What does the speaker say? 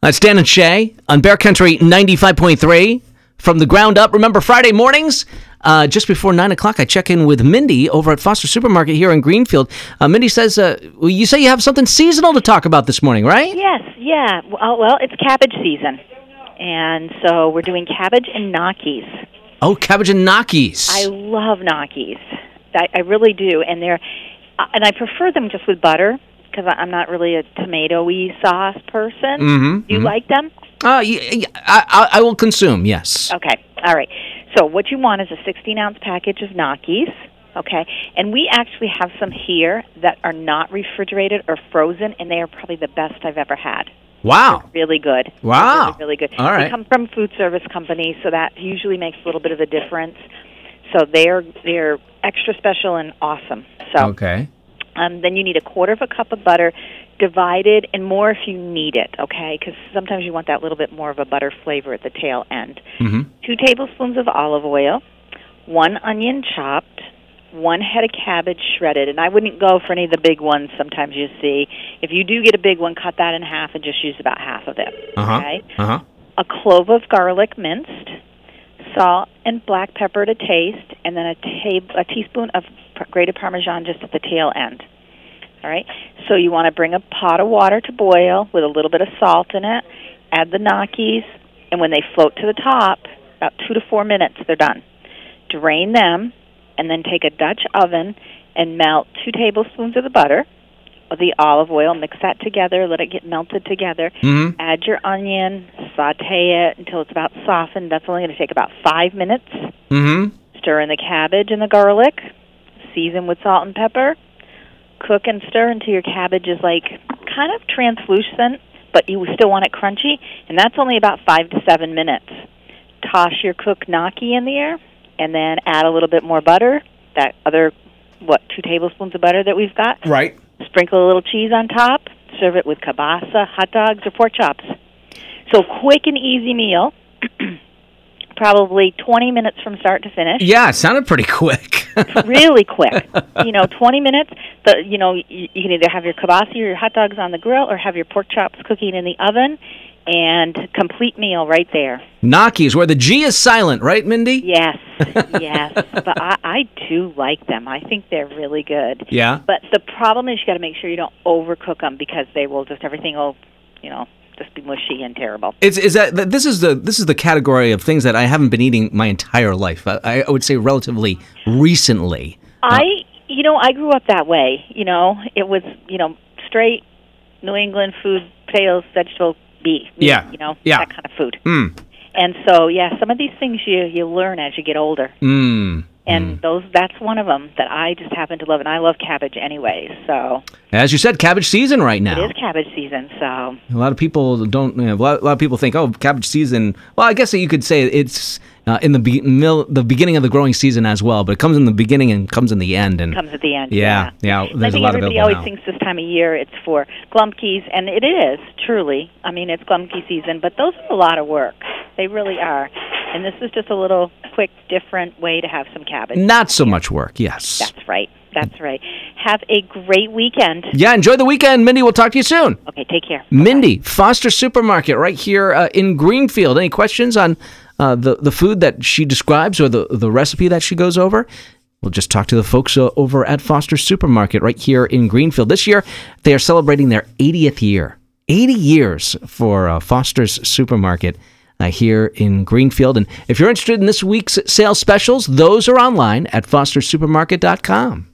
That's Dan and Shay on Bear Country 95.3 from the ground up. Remember, Friday mornings, uh, just before 9 o'clock, I check in with Mindy over at Foster Supermarket here in Greenfield. Uh, Mindy says, uh, well, You say you have something seasonal to talk about this morning, right? Yes, yeah. Well, well, it's cabbage season. And so we're doing cabbage and gnocchis. Oh, cabbage and gnocchis. I love gnocchis. I, I really do. And they're, uh, and I prefer them just with butter because I'm not really a tomatoey sauce person. Mhm, Do you mhm. like them? Uh, y- y- I, I- I will consume, yes. Okay. All right. So what you want is a 16 ounce package of gnocchis. Okay. And we actually have some here that are not refrigerated or frozen, and they are probably the best I've ever had. Wow. Really good. Wow. Really, really good. All They right. come from food service companies, so that usually makes a little bit of a difference. So they're they're extra special and awesome. So Okay. um, then you need a quarter of a cup of butter, divided, and more if you need it. Okay, because sometimes you want that little bit more of a butter flavor at the tail end. hmm Two tablespoons of olive oil, one onion chopped, one head of cabbage shredded. And I wouldn't go for any of the big ones. Sometimes you see if you do get a big one, cut that in half and just use about half of it. Uh-huh. Okay Uh-huh. a clove of garlic minced, salt and black pepper to taste, and then a, ta- a teaspoon of par- grated Parmesan just at the tail end. All right. So you want to bring a pot of water to boil with a little bit of salt in it. Add the gnocchis, and when they float to the top, about two to four minutes, they're done. Drain them, and then take a Dutch oven and melt two tablespoons of the butter, the olive oil. Mix that together. Let it get melted together hmm add your onion, saute it until it's about softened. That's only going to take about five minutes. hmm Stir in the cabbage and the garlic, season with salt and pepper, cook and stir until your cabbage is like kind of translucent, but you still want it crunchy, and that's only about five to seven minutes. Toss your cooked gnocchi in there, and then add a little bit more butter. That other, what, two tablespoons of butter that we've got. Right. Sprinkle a little cheese on top. Serve it with kielbasa, hot dogs, or pork chops. So quick and easy meal. Probably 20 minutes from start to finish. Yeah, it sounded pretty quick. Really quick. You know, 20 minutes. The, you know, you, you can either have your kielbasa or your hot dogs on the grill or have your pork chops cooking in the oven and complete meal right there. Gnocchis, where the G is silent, right, Mindy? Yes, yes. but I, I do like them. I think they're really good. Yeah. But the problem is you got to make sure you don't overcook them because they will just everything will, you know, just be mushy and terrible. It's is that that- this is the this is the category of things that I haven't been eating my entire life. I, I would say relatively recently. I, you know, I grew up that way. You know, it was you know straight New England food, potatoes, vegetable, beef. meat, Yeah. You know, Yeah. that kind of food. Mm. And so yeah, some of these things you you learn as you get older. Hmm. Mm. And those that's one of them that I just happen to love, and I love cabbage anyway. So As you said, cabbage season right it now. is cabbage season. So A lot of people don't. You know, a, lot, a lot of people think, oh, cabbage season. Well, I guess that you could say it's uh, in the be- mil- the beginning of the growing season as well, but it comes in the beginning and comes in the end. And comes at the end. Yeah, yeah, And there's a I think lot everybody available always now. thinks this time of year it's for glumpkies, and it is truly. I mean, it's glumpky season, but those are a lot of work. They really are. And this is just a little quick, different way to have some cabbage. not so much work. Yes. That's right. That's right. Have a great weekend. Yeah. Enjoy the weekend, Mindy. We'll talk to you soon. Okay, take care. Mindy, Foster Supermarket, right here uh, in Greenfield. Any questions on uh, the the food that she describes or the the recipe that she goes over? We'll just talk to the folks uh, over at Foster Supermarket right here in Greenfield. This year, they are celebrating their 80th year. 80 years for uh, Foster's Supermarket uh, here in Greenfield. And if you're interested in this week's sales specials, those are online at fostersupermarket.com.